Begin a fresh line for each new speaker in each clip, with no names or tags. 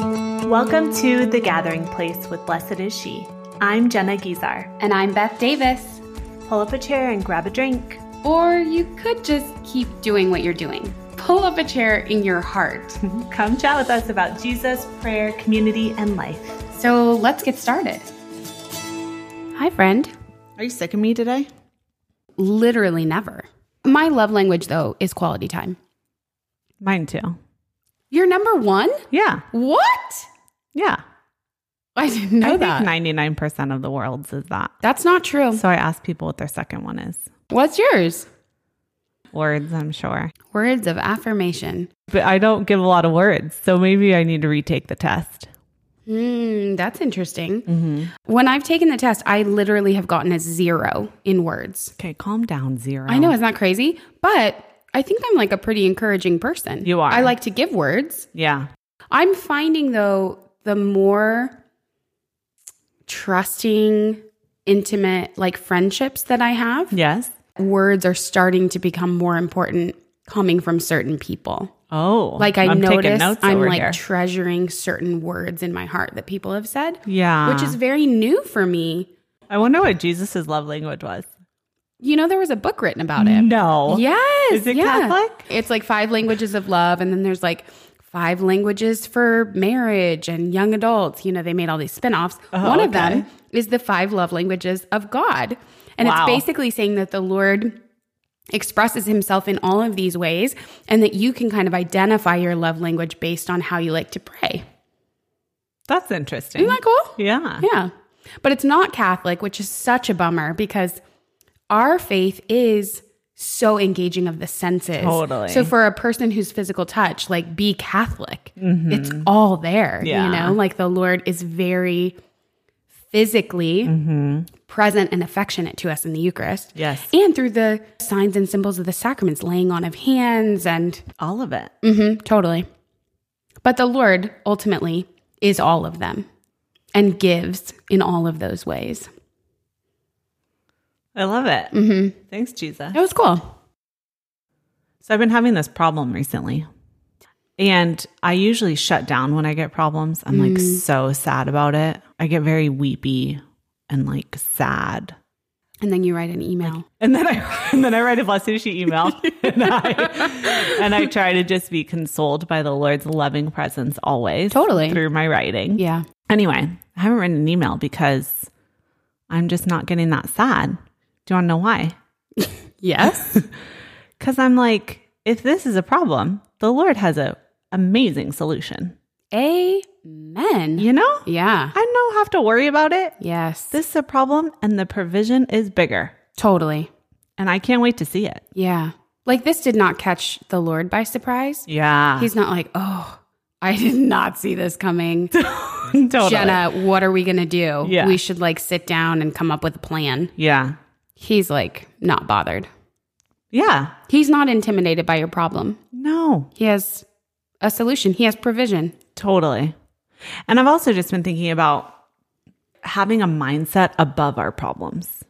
Welcome to The Gathering Place with Blessed Is She. I'm Jenna Gizar.
And I'm Beth Davis.
Pull up a chair and grab a drink.
Or you could just keep doing what you're doing. Pull up a chair in your heart.
Come chat with us about Jesus, prayer, community, and life.
So let's get started. Hi, friend.
Are you sick of me today?
Literally never. My love language, though, is quality time.
Mine too.
You're number one?
Yeah.
What?
Yeah.
I didn't know
I
that.
think 99% of the world's is that.
That's not true.
So I asked people what their second one is.
What's yours?
Words, I'm sure.
Words of affirmation.
But I don't give a lot of words. So maybe I need to retake the test.
Hmm, that's interesting.
Mm-hmm.
When I've taken the test, I literally have gotten a zero in words.
Okay, calm down, zero.
I know, isn't that crazy? But I think I'm like a pretty encouraging person.
You are.
I like to give words.
Yeah.
I'm finding though, the more trusting, intimate, like friendships that I have,
Yes.
words are starting to become more important coming from certain people.
Oh.
Like I
I'm taking
notice
notes
I'm
over
like
here.
treasuring certain words in my heart that people have said,
yeah.
which is very new for me.
I wonder what Jesus' love language was.
You know, there was a book written about it.
No.
Yes.
Oh, Is it
yeah.
Catholic?
It's like five languages of love, and then there's like five languages for marriage and young adults. You know, they made all these spin-offs. One of
Oh, okay.
them is the five love languages of God. And
Wow.
it's basically saying that the Lord expresses himself in all of these ways and that you can kind of identify your love language based on how you like to pray.
That's interesting.
Isn't that cool?
yeah.
Yeah. But it's not Catholic, which is such a bummer because our faith is so engaging of the senses.
Totally.
So for a person who's physical touch, like be Catholic. It's all there.
Mm-hmm. Yeah.
You know, like the Lord is very physically present and affectionate to us in the Eucharist.
Mm-hmm. Yes.
And through the signs and symbols of the sacraments, laying on of hands and
All of it.
Mhm, totally. But the Lord ultimately is all of them and gives in all of those ways.
I love it.
Mm-hmm.
Thanks, Jesus.
It was cool.
So I've been having this problem recently. And I usually shut down when I get problems. I'm like
Mm.
so sad about it. I get very weepy and like sad.
And then you write an email.
And then I and then I write a blessed she email and I and I try to just be consoled by the Lord's loving presence always.
Totally.
Through my writing.
yeah.
Anyway, I haven't written an email because I'm just not getting that sad. Do you wanna know why?
Yes.
Because I'm like, if this is a problem, the Lord has a amazing solution.
Amen.
You know?
Yeah.
I don't have to worry about it.
Yes.
This is a problem and the provision is bigger.
totally.
And I can't wait to see it.
Yeah. Like this did not catch the Lord by surprise.
Yeah.
He's not like, oh, I did not see this coming.
totally.
Jenna, what are we going to do?
Yeah.
We should like sit down and come up with a plan.
Yeah.
He's like, not bothered.
Yeah.
He's not intimidated by your problem.
No.
He has a solution. He has provision.
Totally. And I've also just been thinking about having a mindset above our problems.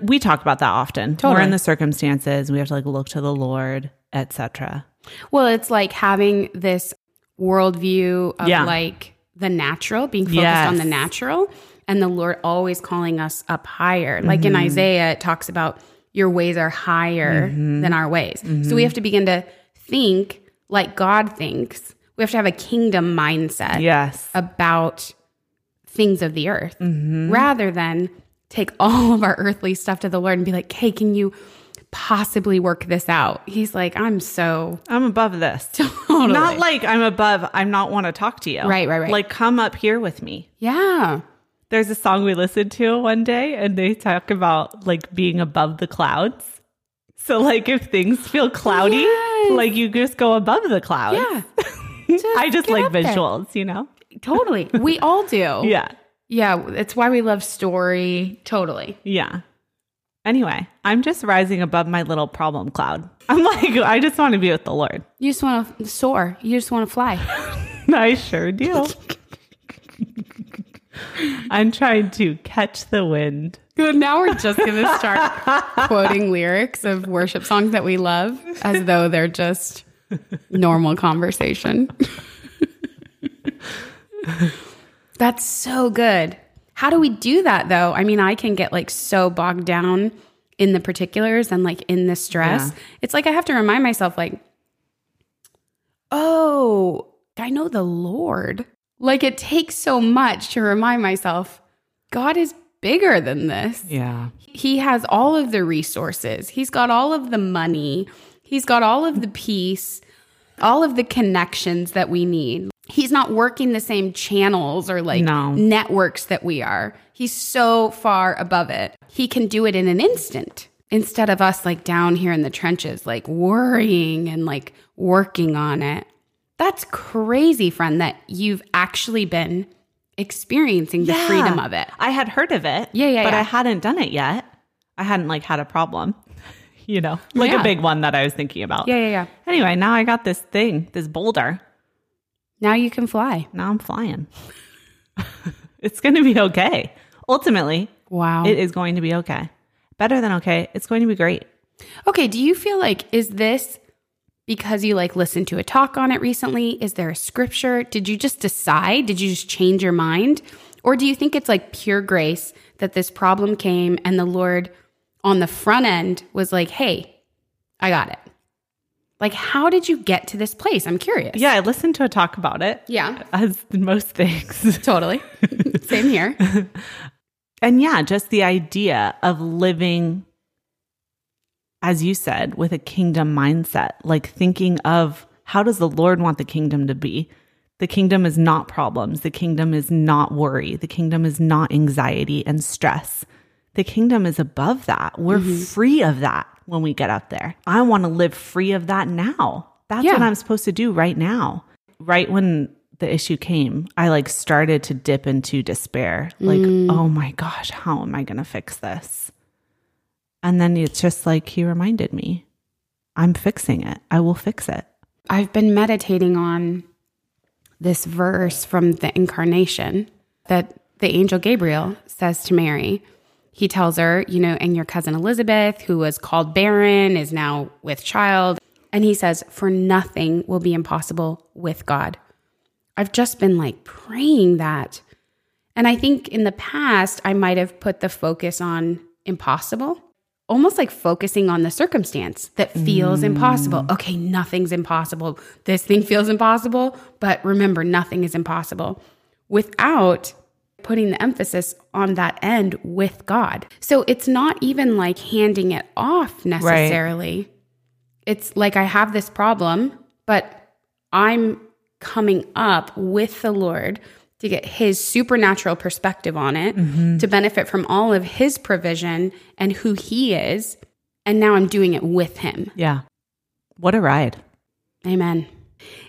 We talk about that often. We're
Totally.
in the circumstances, we have to like look to the Lord, etc.
Well, it's like having this worldview of
Yeah.
like the natural, being focused
Yes.
on the natural, and the Lord always calling us up higher. Like
Mm-hmm.
in Isaiah, it talks about your ways are higher
Mm-hmm.
than our ways. So we have to begin to think like God thinks. We have to have a kingdom mindset.
Yes.
about things of the earth rather than take all of our earthly stuff to the Lord and be like, hey, can you possibly work this out? He's like, I'm so
I'm above this.
totally.
Not like I'm above, I'm not want to talk to you.
Right, right, right.
Like come up here with me.
yeah.
There's a song we listened to one day and they talk about like being above the clouds. So like if things feel cloudy,
Yes.
like you just go above the clouds.
Yeah.
I just
get
like
up there.
visuals, you know?
Totally. We all do. Yeah.
Yeah.
Yeah. It's why we love story. Totally.
Yeah. Anyway, I'm just rising above my little problem cloud. I'm like, I just want to be with the Lord.
You just want to soar. You just want to fly.
I sure do. I'm trying to catch the wind.
Good. Now we're just going to start quoting lyrics of worship songs that we love as though they're just normal conversation. That's so good. How do we do that though? I mean, I can get like so bogged down in the particulars and like in the stress. It's like I have to remind myself, like, oh, I know the Lord. Like it takes so much to remind myself, God is bigger than this.
Yeah.
He has all of the resources. He's got all of the money. He's got all of the peace, all of the connections that we need. He's not working the same channels or like
No.
networks that we are. He's so far above it. He can do it in an instant instead of us like down here in the trenches, like worrying and like working on it. That's crazy, friend, that you've actually been experiencing the
Yeah.
freedom of it.
I had heard of it.
Yeah, yeah,
But
yeah.
I hadn't done it yet. I hadn't like had a problem, you know, like
Yeah.
a big one that I was thinking about.
Yeah, yeah, yeah.
Anyway, now I got this thing, this boulder.
Now you can fly.
Now I'm flying. it's going to be okay. Ultimately,
Wow.
it is going to be okay. Better than okay. It's going to be great.
Okay, do you feel like is this because you like listened to a talk on it recently? Is there a scripture? Did you just decide? Did you just change your mind? Or do you think it's like pure grace that this problem came and the Lord on the front end was like, "Hey, I got it." Like how did you get to this place? I'm curious.
Yeah, I listened to a talk about it.
Yeah.
As most things.
Totally. Same here.
And yeah, just the idea of living, as you said, with a kingdom mindset, like thinking of how does the Lord want the kingdom to be? The kingdom is not problems. The kingdom is not worry. The kingdom is not anxiety and stress. The kingdom is above that. We're free of that when we get up there. I want to live free of that now. That's what
Yeah.
I'm supposed to do right now. Right when the issue came, I like started to dip into despair. Like, oh my gosh, how am I going to fix this? And then it's just like he reminded me, I'm fixing it. I will fix it.
I've been meditating on this verse from the incarnation that the angel Gabriel says to Mary. He tells her, you know, and your cousin Elizabeth, who was called barren, is now with child. And he says, for nothing will be impossible with God. I've just been like praying that. And I think in the past, I might have put the focus on impossible, almost like focusing on the circumstance that feels impossible. Okay, nothing's impossible. This thing feels impossible, but remember, nothing is impossible without putting the emphasis on that end with God. So it's not even like handing it off necessarily. It's like I have this problem, but I'm coming up with the Lord to get his supernatural perspective on it, to benefit from all of his provision and who he is. And now I'm doing it with him.
Yeah. What a ride.
Amen.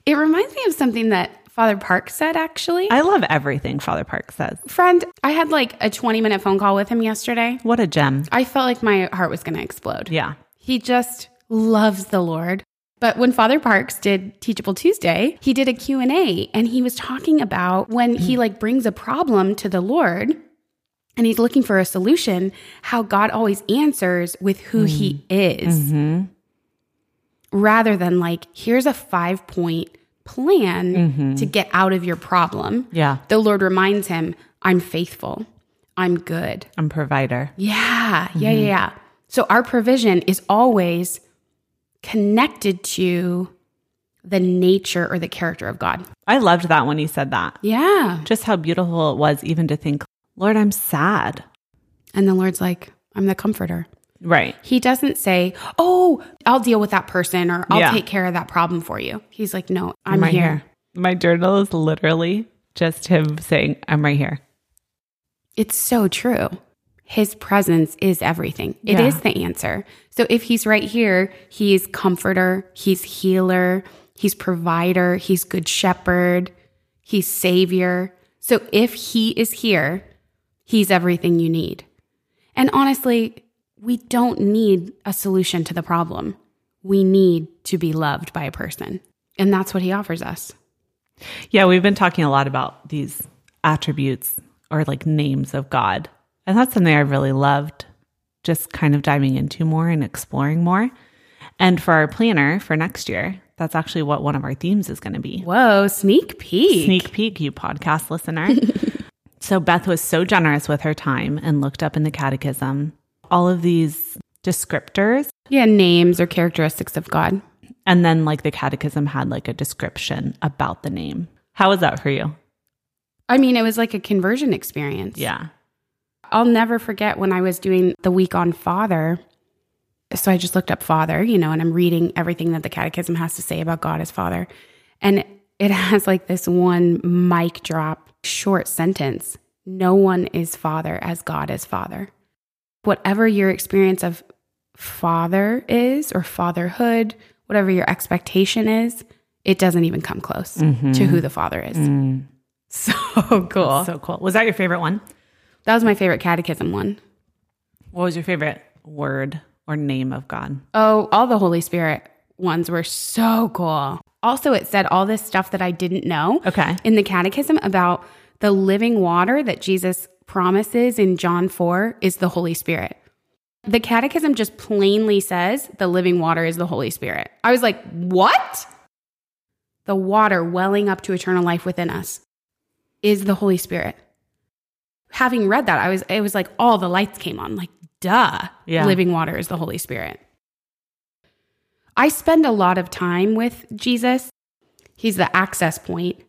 It reminds me of something that Father Park said actually.
I love everything Father Park says.
Friend, I had like a 20 minute phone call with him yesterday.
What a gem.
I felt like my heart was going to explode.
Yeah.
He just loves the Lord. But when Father Parks did Teachable Tuesday, he did a Q&A and he was talking about when he like brings a problem to the Lord and he's looking for a solution, how God always answers with who he is rather than like here's a 5-point plan to get out of your problem.
Yeah.
The Lord reminds him, I'm faithful. I'm good.
I'm provider.
Yeah, yeah, yeah, yeah. So our provision is always connected to the nature or the character of God.
I loved that when he said that.
Yeah.
Just how beautiful it was, even to think, Lord, I'm sad.
And the Lord's like, I'm the comforter.
Right.
He doesn't say, Oh, I'll deal with that person or I'll
Yeah.
take care of that problem for you. He's like, No, I'm
right
here.
My journal is literally just him saying, I'm right here.
It's so true. His presence is everything. It is
Yeah.
the answer. So if he's right here, he's comforter, he's healer, he's provider, he's good shepherd, he's savior. So if he is here, he's everything you need. And honestly, we don't need a solution to the problem. We need to be loved by a person. And that's what he offers us.
Yeah, we've been talking a lot about these attributes or like names of God. And that's something I really loved just kind of diving into more and exploring more. And for our planner for next year, that's actually what one of our themes is going to be.
Whoa, sneak peek.
Sneak peek, you podcast listener. so Beth was so generous with her time and looked up in the catechism all of these descriptors.
Yeah, names or characteristics of God.
And then, like, the catechism had like a description about the name. How was that for you?
I mean, it was like a conversion experience.
Yeah.
I'll never forget when I was doing the week on Father. So I just looked up Father, you know, and I'm reading everything that the Catechism has to say about God as Father. And it has like this one mic drop short sentence No one is Father as God is Father. Whatever your experience of Father is or fatherhood, whatever your expectation is, it doesn't even come close to who the Father is. So cool.
So cool. Was that your favorite one?
that was my favorite catechism one.
What was your favorite word or name of God?
Oh, all the Holy Spirit ones were so cool. Also, it said all this stuff that I didn't know
Okay.
in the catechism about the living water that Jesus promises in John 4 is the Holy Spirit. The catechism just plainly says the living water is the Holy Spirit. I was like, what? The water welling up to eternal life within us is the Holy Spirit. Having read that, I was it was like all the lights came on, like duh.
Yeah.
Living water is the Holy Spirit. I spend a lot of time with Jesus. He's the access point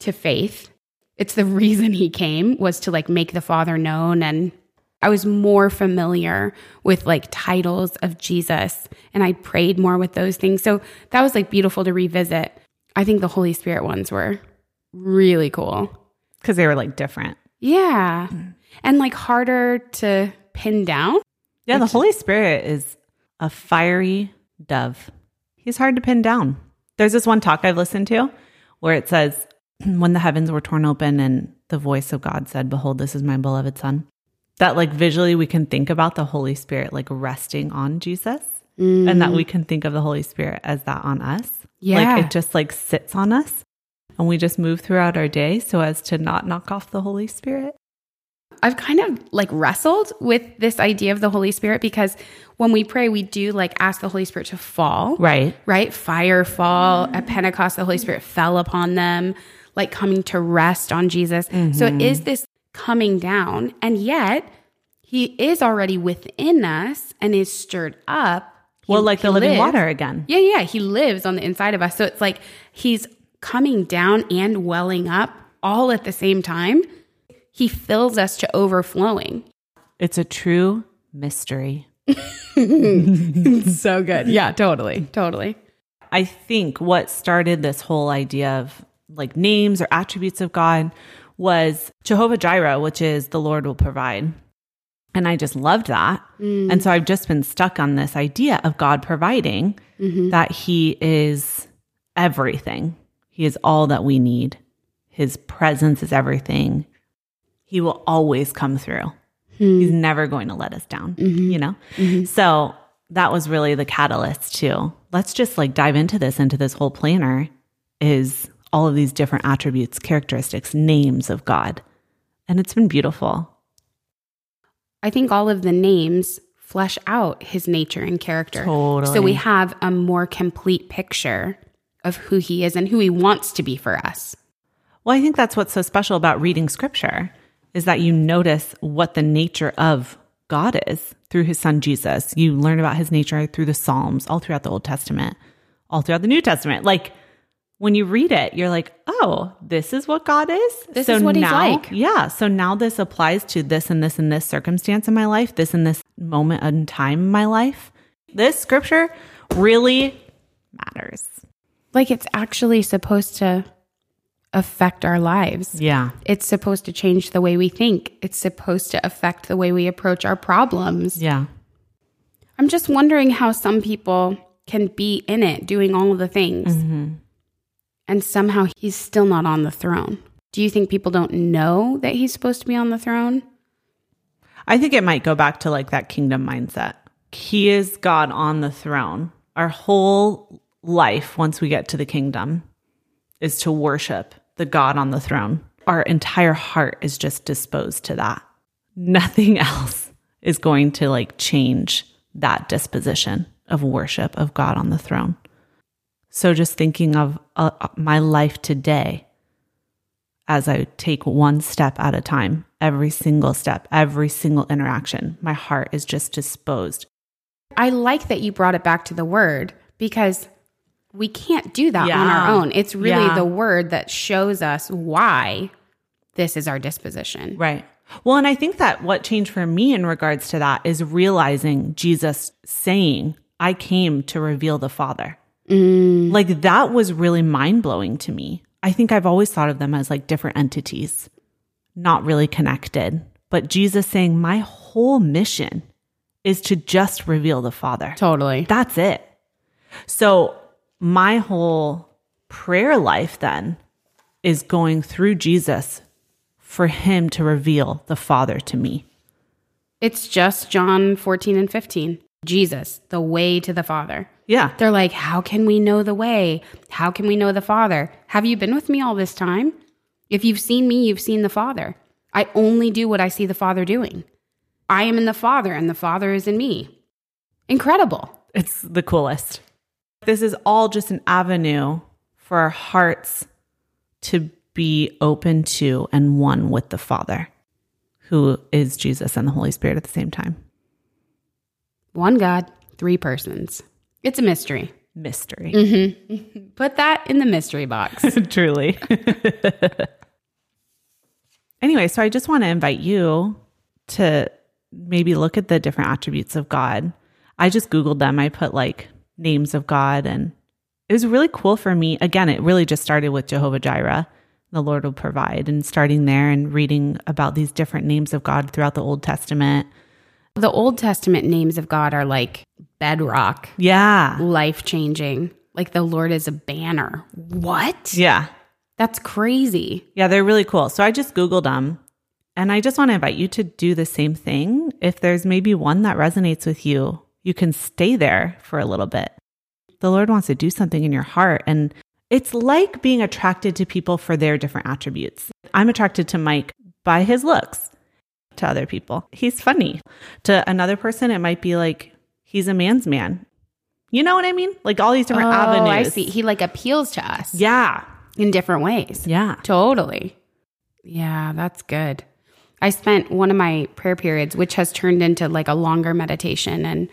to faith. It's the reason he came was to like make the Father known and I was more familiar with like titles of Jesus and I prayed more with those things. So that was like beautiful to revisit. I think the Holy Spirit ones were really cool.
Because they were like different.
Yeah.
Hmm.
And like harder to pin down.
Yeah, the Holy Spirit is a fiery dove. He's hard to pin down. There's this one talk I've listened to where it says, When the heavens were torn open and the voice of God said, Behold, this is my beloved Son. That, like, visually, we can think about the Holy Spirit like resting on Jesus and that we can think of the Holy Spirit as that on us.
Yeah.
Like, it just like sits on us and we just move throughout our day so as to not knock off the Holy Spirit.
I've kind of like wrestled with this idea of the Holy Spirit because when we pray, we do like ask the Holy Spirit to fall.
Right.
right? Fire fall
Mm-hmm.
at Pentecost, the Holy Spirit fell upon them, like coming to rest on Jesus. So
Mm-hmm.
it is this coming down, and yet he is already within us and is stirred up. He-
Well, like
he
the living
lives-
water again.
Yeah, yeah. He lives on the inside of us. So it's like he's coming down and welling up all at the same time. He fills us to overflowing.
It's a true mystery.
so good. Yeah, totally. Totally.
I think what started this whole idea of like names or attributes of God was Jehovah Jireh, which is the Lord will provide. And I just loved that. And so I've just been stuck on this idea of God providing that He is everything, He is all that we need. His presence is everything. He will always come through. He's never going to let us down, you know? So that was really the catalyst too. Let's just like dive into this, into this whole planner is all of these different attributes, characteristics, names of God. And it's been beautiful.
I think all of the names flesh out his nature and character.
Totally.
So we have a more complete picture of who he is and who he wants to be for us.
Well, I think that's what's so special about reading scripture is that you notice what the nature of God is through his son Jesus. You learn about his nature through the Psalms, all throughout the Old Testament, all throughout the New Testament. Like when you read it, you're like, oh, this is what God is.
This is what he's
now,
like.
Yeah. So now this applies to this and this and this circumstance in my life, this and this moment in time in my life. This scripture really matters.
Like it's actually supposed to affect our lives.
Yeah.
It's supposed to change the way we think. It's supposed to affect the way we approach our problems.
Yeah.
I'm just wondering how some people can be in it doing all of the things
Mm-hmm.
and somehow he's still not on the throne. Do you think people don't know that he's supposed to be on the throne?
I think it might go back to like that kingdom mindset. He is God on the throne. Our whole life, once we get to the kingdom, is to worship the God on the throne. Our entire heart is just disposed to that. Nothing else is going to like change that disposition of worship of God on the throne. So just thinking of uh, my life today as I take one step at a time, every single step, every single interaction, my heart is just disposed.
I like that you brought it back to the word because we can't do that on our
Yeah.
own. It's really
Yeah.
the word that shows us why this is our disposition.
Right. Well, and I think that what changed for me in regards to that is realizing Jesus saying, I came to reveal the Father. Like that was really mind blowing to me. I think I've always thought of them as like different entities, not really connected. But Jesus saying, My whole mission is to just reveal the Father.
Totally.
That's it. So my whole prayer life then is going through Jesus for him to reveal the Father to me.
It's just John 14 and 15. Jesus, the way to the Father.
Yeah.
They're like, how can we know the way? How can we know the Father? Have you been with me all this time? If you've seen me, you've seen the Father. I only do what I see the Father doing. I am in the Father, and the Father is in me. Incredible.
It's the coolest. This is all just an avenue for our hearts to be open to and one with the Father, who is Jesus and the Holy Spirit at the same time.
One God, three persons. It's a mystery.
Mystery.
Put that in the mystery box.
Truly. anyway, so I just want to invite you to maybe look at the different attributes of God. I just Googled them. I put like names of God, and it was really cool for me. Again, it really just started with Jehovah Jireh, the Lord will provide, and starting there and reading about these different names of God throughout the Old Testament.
the Old Testament names of God are like bedrock,
Yeah.
life changing. Like the Lord is a banner. What?
Yeah.
That's crazy.
Yeah, they're really cool. So I just Googled them and I just want to invite you to do the same thing. If there's maybe one that resonates with you, you can stay there for a little bit. The Lord wants to do something in your heart. And it's like being attracted to people for their different attributes. I'm attracted to Mike by his looks to other people. He's funny. To another person, it might be like he's a man's man. You know what I mean? Like all these different
oh,
avenues.
I see. He like appeals to us
Yeah.
in different ways.
Yeah.
Totally. Yeah, that's good. I spent one of my prayer periods, which has turned into like a longer meditation and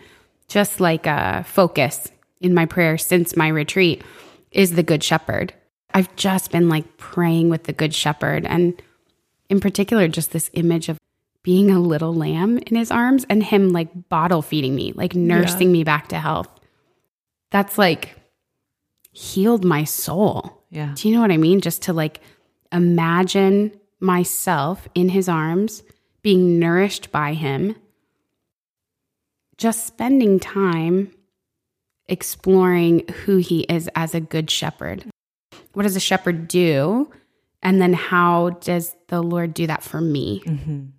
just like a focus in my prayer since my retreat, is the Good Shepherd. I've just been like praying with the Good Shepherd and in particular, just this image of being a little lamb in his arms and him like bottle feeding me, like nursing me back to health. That's like healed my soul.
Yeah.
Do you know what I mean? Just to like imagine myself in his arms, being nourished by him, just spending time exploring who he is as a good shepherd. What does a shepherd do? And then how does the Lord do that for me?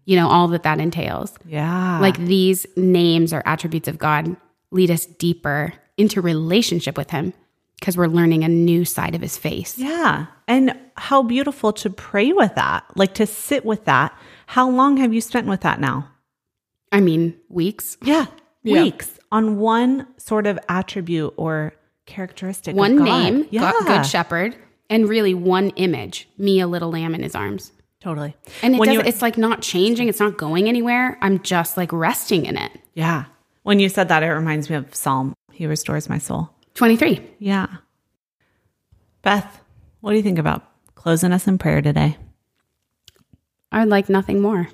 You know, all that that entails.
Yeah.
Like these names or attributes of God lead us deeper into relationship with him because we're learning a new side of his face.
Yeah. And how beautiful to pray with that, like to sit with that. How long have you spent with that now?
I mean, weeks.
Yeah.
Yeah.
Weeks on one sort of attribute or characteristic. of
One
God.
name,
Yeah.
Go- Good Shepherd, and really one image, me, a little lamb in his arms.
Totally.
And it
When
does,
you-
it's like not changing, it's not going anywhere. I'm just like resting in it.
Yeah. When you said that, it reminds me of Psalm. He restores my soul.
23.
Yeah. Beth, what do you think about closing us in prayer today?
I would like nothing more.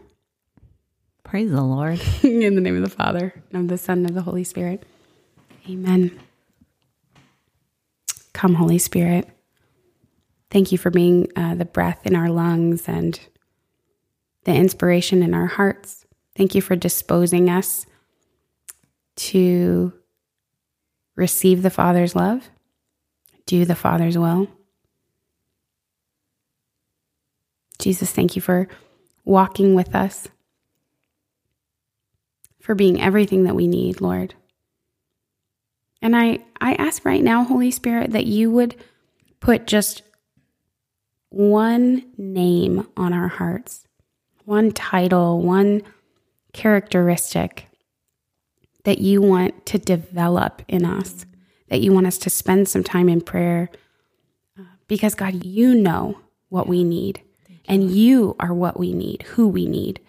Praise the Lord.
in the name of the Father, and of the Son, and of the Holy Spirit. Amen. Come, Holy Spirit. Thank you for being uh, the breath in our lungs and the inspiration in our hearts. Thank you for disposing us to receive the Father's love, do the Father's will. Jesus, thank you for walking with us for being everything that we need, Lord. And I, I ask right now, Holy Spirit, that you would put just one name on our hearts, one title, one characteristic that you want to develop in us, that you want us to spend some time in prayer. Uh, Because, God, you know what we need, and you Mm-hmm. are what we need, who we need.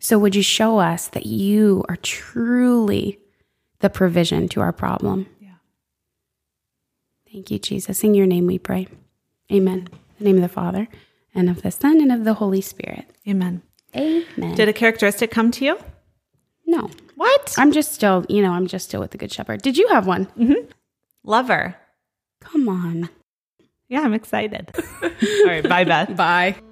So, would you show us that you are truly the provision to our problem?
Yeah.
Thank you, Jesus. In your name we pray. Amen. In the name of the Father, and of the Son, and of the Holy Spirit.
Amen.
Amen.
Did a characteristic come to you?
no.
What?
I'm just still, you know, I'm just still with the Good Shepherd. Did you have one?
Lover.
Come on.
Yeah, I'm excited. All right. Bye, Beth.
Bye.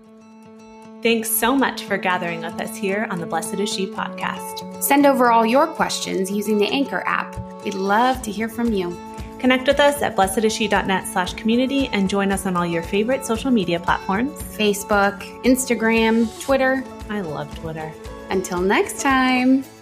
Thanks so much for gathering with us here on the Blessed is She podcast.
Send over all your questions using the Anchor app. We'd love to hear from you.
Connect with us at blessedisshe.net slash community and join us on all your favorite social media platforms.
Facebook, Instagram, Twitter.
I love Twitter.
Until next time.